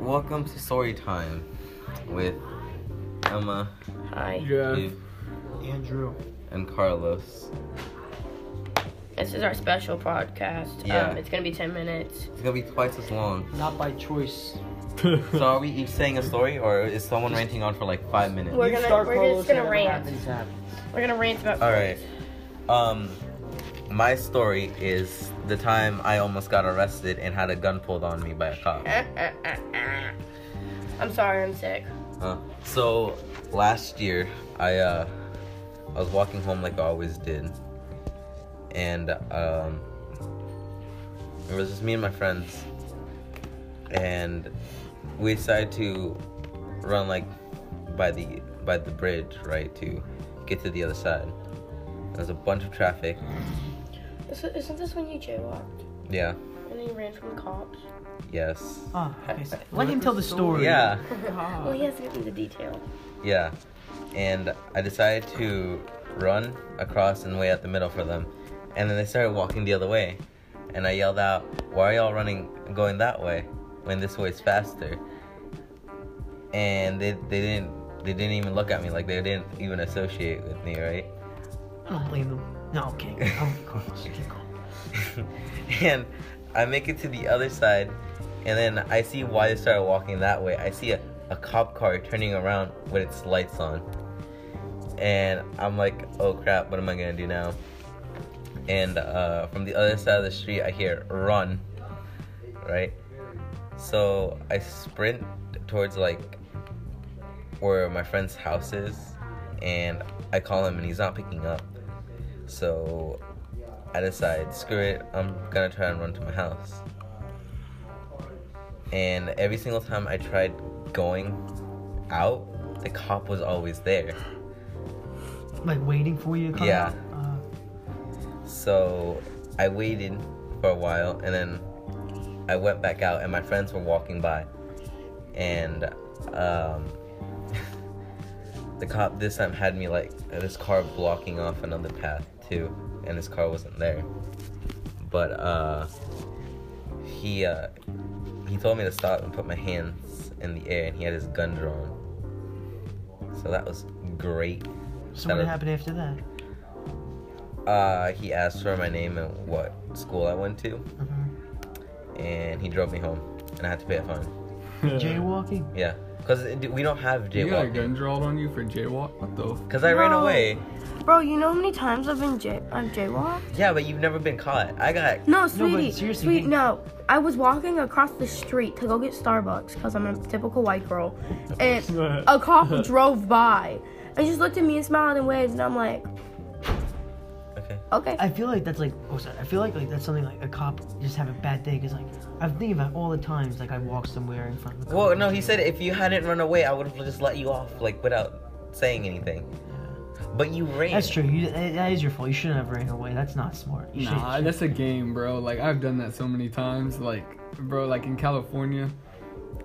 welcome to Story Time with Emma, Hi. Yeah. Eve, Andrew. and Carlos. This is our special podcast. Yeah. Um, it's gonna be ten minutes. It's gonna be twice as long. Not by choice. So are we each saying a story, or is someone ranting on for like five minutes? We're You gonna- start, we're Carlos, just gonna and rant. Happens, happens. We're gonna rant about. All right. Um, my story is the time I almost got arrested and had a gun pulled on me by a cop. I'm sorry, I'm sick. Uh, so last year, I uh, I was walking home like I always did, and um, it was just me and my friends, and we decided to run like by the by the bridge, right, to get to the other side. There's a bunch of traffic. This, isn't this when you jaywalked Yeah. and then you ran from cops? Yes. Ah, okay, so let him tell the story. Yeah. Well, he has to give me the detail. Yeah. And I decided to run across and way out the middle for them. And then they started walking the other way. And I yelled out, Why are y'all running going that way when this way's faster? And they, they didn't they didn't even look at me like they didn't even associate with me, right? I don't blame them. No, okay. Oh, Carlos, keep going. and I make it to the other side, and then I see why they started walking that way. I see a, a cop car turning around with its lights on. And I'm like, oh crap, what am I gonna do now? And uh, from the other side of the street, I hear run, right? So I sprint towards like where my friend's house is, and I call him, and he's not picking up. So I decide, screw it, I'm gonna try and run to my house. And every single time I tried going out, the cop was always there. Like waiting for you to come. Yeah. Uh, So I waited for a while and then I went back out and my friends were walking by. And um, the cop this time had me like this car blocking off another path too, and his car wasn't there. But uh, he uh, he told me to stop and put my hands in the air, and he had his gun drawn. So that was great. so what That'll- happened after that? Uh, he asked for my name and what school I went to, Mhm. and he drove me home, and I had to pay a fine. Jaywalking. Yeah, cause it- we don't have You got a gun jaywalking. drawn on you for jaywalk? What the? F- Cause I ran No. away. Bro, you know how many times I've been jay- I've jaywalked? Yeah, but you've never been caught. I got. No, sweetie. seriously, sweet, he- no. I was walking across the street to go get Starbucks because I'm a typical white girl, and a cop drove by and just looked at me and smiled and waved, and I'm like, Okay. okay. I feel like that's like. Oh, sorry. I feel like like that's something like a cop just have a bad day because like I'm thinking about all the times like I walk somewhere in front of. a cop. Well, no, he said if you hadn't run away, I would have just let you off, like without saying anything. But you ran. That's true. You, that that is your fault. You shouldn't have ran away. That's not smart. You should- Nah, that's a game, bro. Like I've done that so many times. Like, bro, like in California.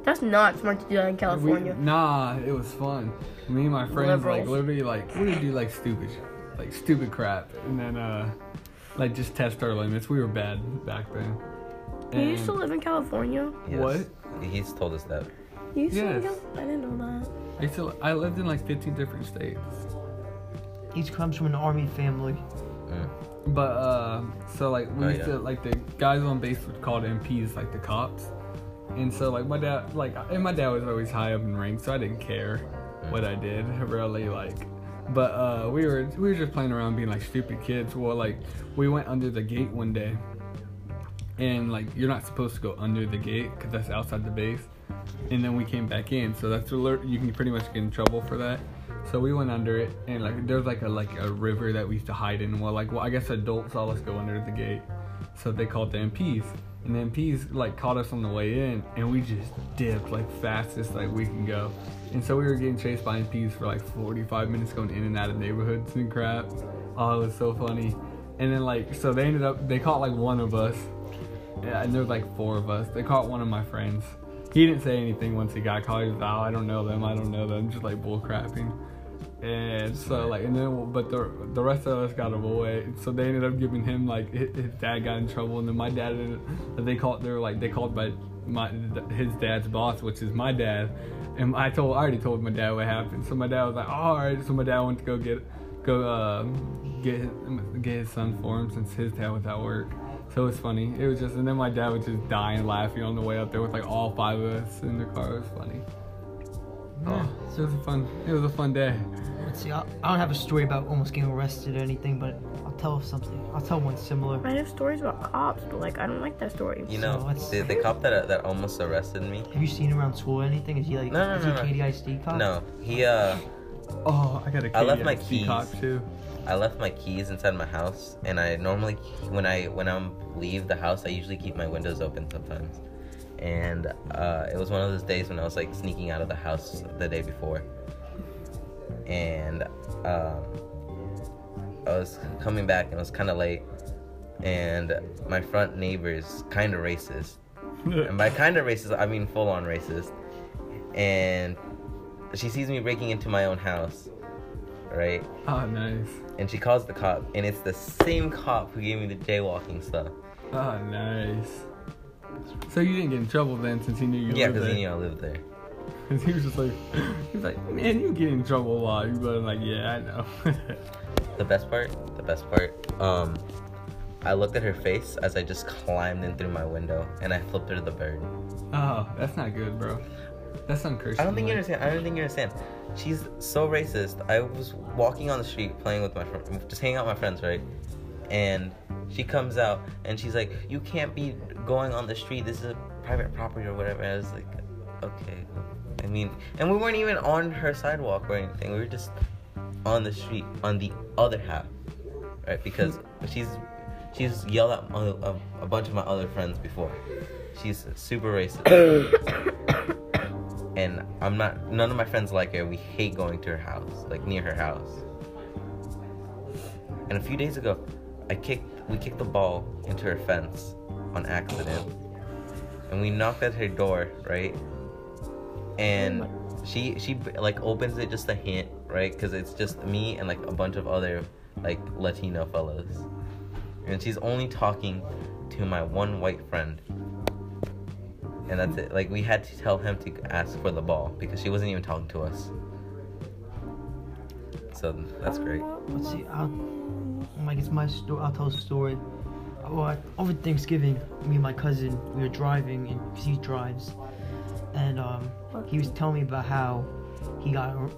That's not smart to do that in We, California. nah, it was fun. Me and my friends, like Liberals. literally, like we would do like stupid, sh- like stupid crap, and then uh, like just test our limits. We were bad back then. You used to And- live in California? What? He's told us that. You used to live in Yes. Cal- I didn't know that. I used to, I lived in like 15 different states. Each comes from an army family. Mm. But uh, so like we Oh, used yeah. to like the guys on base would call the MPs like the cops, and so like my dad like and my dad was always high up in rank, so I didn't care what I did really like. But uh, we were we were just playing around being like stupid kids. Well, like we went under the gate one day, and like you're not supposed to go under the gate because that's outside the base. And then we came back in, so that's alert. You can pretty much get in trouble for that. So we went under it, and like there was like a like a river that we used to hide in. Well, like well, I guess adults saw us go under the gate, so they called the MPs, and the MPs like caught us on the way in, and we just dipped like fastest like we can go. And so we were getting chased by MPs for like 45 minutes, going in and out of neighborhoods and crap. Oh, it was so funny. And then like so they ended up they caught like one of us, yeah, and there was like four of us. They caught one of my friends. He didn't say anything once he got caught. He was, oh, I don't know them. I don't know them. Just like bull crapping. And so like and then but the the rest of us got him away. So they ended up giving him like his, his dad got in trouble and then my dad ended, they called they were like they called my my his dad's boss, which is my dad. And I told I already told my dad what happened. So my dad was like, oh, all right. So my dad went to go get go um, get his- get his son for him since his dad was at work. So it was funny. It was just and then my dad was just dying laughing on the way up there with like all five of us in the car. It was funny. Oh, it was a fun. It was a fun day. Let's see. I, I don't have a story about almost getting arrested or anything, but I'll tell something. I'll tell one similar. I have stories about cops, but like I don't like that story. You So know, let's- the, the cop that that almost arrested me. Have you seen him around school or anything? Is he like No, no, is no, no. he KDIC cop? No, he uh, Oh, I got a. I left my KDXP keys. Cop too. I left my keys inside my house, and I normally when I when I'm leave the house, I usually keep my windows open sometimes. And uh, it was one of those days when I was like sneaking out of the house the day before, and um, I was coming back and it was kind of late, and my front neighbor's kind of racist, and by kind of racist I mean full on racist, and she sees me breaking into my own house, right? Oh, nice. and she calls the cop, and it's the same cop who gave me the jaywalking stuff. Oh, nice. So you didn't get in trouble then, since he knew you yeah, lived because there. he knew I lived there. Cause he was just like, he was like, man, you get in trouble a lot. You better like, yeah, I know. The best part, the best part, um, I looked at her face as I just climbed in through my window, and I flipped her the bird. oh, that's not good, bro. That's uncursed. I don't think you understand. I don't think you understand. She's so racist. I was walking on the street playing with my friend, just hanging out with my friends, right? And she comes out and she's like, "You can't be going on the street. This is a private property or whatever." And I was like, "Okay." I mean, and we weren't even on her sidewalk or anything. We were just on the street on the other half, right? Because she's she's yelled at my- a, a bunch of my other friends before. She's super racist and I'm not. None of my friends like her. We hate going to her house, like near her house. And a few days ago, I kicked. We kicked the ball into her fence on accident, and we knocked at her door, right? And she she like opens it just a hint, right? Because it's just me and like a bunch of other like Latino fellows, and she's only talking to my one white friend and that's it. Like we had to tell him to ask for the ball because she wasn't even talking to us. So that's great. Let's see. I'll, like it's my story. I'll tell a story. Oh, I, over Thanksgiving, me and my cousin we were driving, and 'cause he drives, and um, he was telling me about how he got, ar-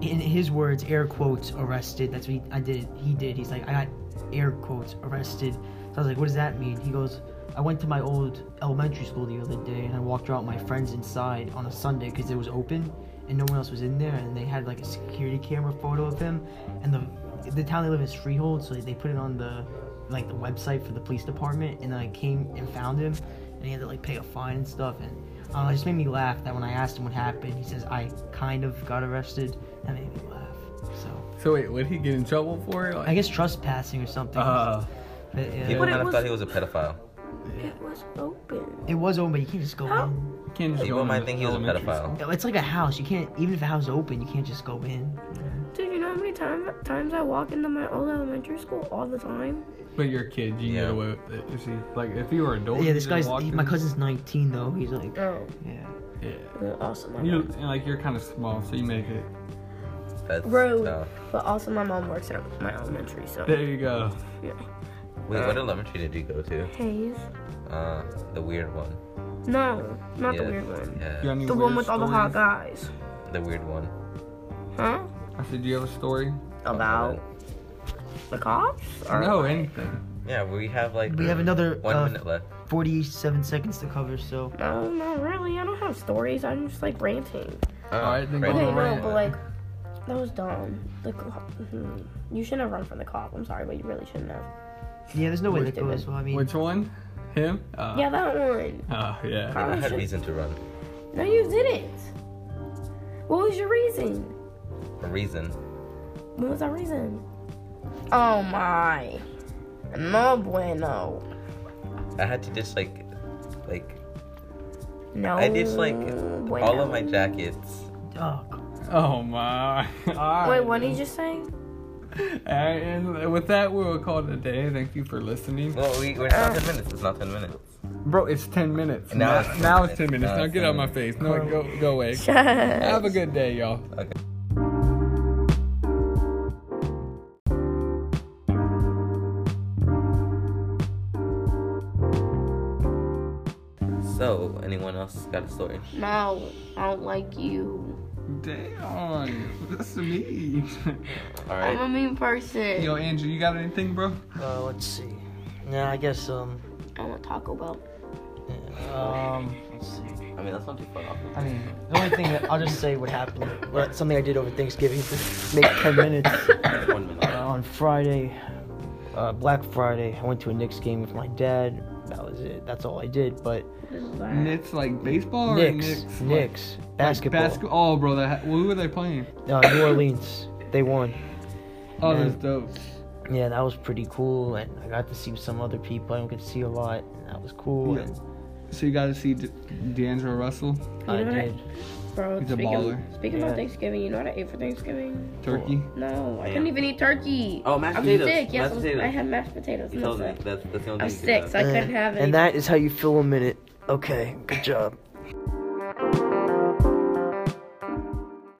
in his words, air quotes arrested. That's what he, I did. He did. He's like, I got air quotes arrested. So I was like, what does that mean? He goes, I went to my old elementary school the other day, and I walked around with my friends inside on a Sunday because it was open, and no one else was in there, and they had like a security camera photo of him, and the the town they live in is freehold, so they put it on the like the website for the police department, and then I came and found him, and he had to like pay a fine and stuff, and uh, it just made me laugh that when I asked him what happened, he says I kind of got arrested. That made me laugh. So So wait, would he get in trouble for it? Like, I guess trespassing or something. Uh, but, People yeah, But it kind of was- thought he was a pedophile. It was open. it was open, but you can't just go in. you can't just People go in might the think he was a elementary pedophile. school. No, It's like a house. You can't even if the house is open, you can't just go in. Dude, you know how many time, times I walk into my old elementary school all the time? But you're a kid, you Yeah. get away with it. If you- like, if you were an adult, Yeah, you this just guy's walked he- my in. cousin's 19 though. He's like, Oh, yeah. Yeah. also my You mom. and like you're kind of small, so you make it. That's Rude. tough. But also my mom works at my elementary, so There you go. yeah. Wait, what elementary did you go to? Hayes. Uh, the weird one. No, not the Yeah. weird one. You got Yeah, any The one weird with all the hot stories? guys. the weird one. Huh? I said, do you have a story? About the cops? Or No, anything. Yeah, we have like We have another one uh, minute left. 47 seconds to cover, so No, not really. I don't have stories. I'm just like ranting. Alright, then great. go Okay, on no, rant. but like that was dumb. The cop. mhm. You shouldn't have run from the cop. I'm sorry, but you really shouldn't have. yeah, there's no way We're that goes. Well, I mean, Which one? Him? Uh, Yeah, that one. Oh yeah. I had reason to run. No, you didn't. What was your reason? A reason. What was our reason? Oh my. No bueno. I had to just like, like No. I ditched like bueno. all of my jackets oh, God. Oh my. All Wait, right, what did you then. just say? All right, and with that, we will call it a day. Thank you for listening. Well, we, we're Uh. not 10 minutes. It's not 10 minutes. Bro, it's 10 minutes. Now now, it's 10 now minutes. it's 10 minutes. Now Now it's get 10 out my face. No, go, go away. Have a good day, y'all. Okay. So, anyone else got a story? No, I don't like you. Damn, that's me. Alright. I'm a mean person. Yo, Andrew, you got anything, bro? Uh, let's see. Yeah, I guess um, I want Taco Bell. um, let's see. I mean, that's not too far off. I mean, the only thing that I'll just say what happened, what, something I did over Thanksgiving to make 10 minutes. One minute. Uh, on Friday, uh, Black Friday, I went to a Knicks game with my dad. That was it. That's all I did. But Knicks like baseball or Knicks, Knicks? Knicks, Like, basketball, basketball. Oh, bro, that ha- who were they playing? uh, New Orleans, they won. Oh, Man. that's dope. Yeah, that was pretty cool, and I got to see some other people I don't get to see a lot. And that was cool. Yeah. and So you got to see D- D'Angelo Russell, I did. Bro, He's a speaking, baller. speaking Yeah. about Thanksgiving, you know what I ate for Thanksgiving? turkey. No, I Yeah. couldn't even eat turkey. Oh, mashed I'm potatoes. sick. Yes, mashed I was- potatoes. I had mashed potatoes. You and told me that's it. that's that's the only I'm thing. you sick, so I Uh, couldn't have it. And that is how you fill a minute. Okay, good job.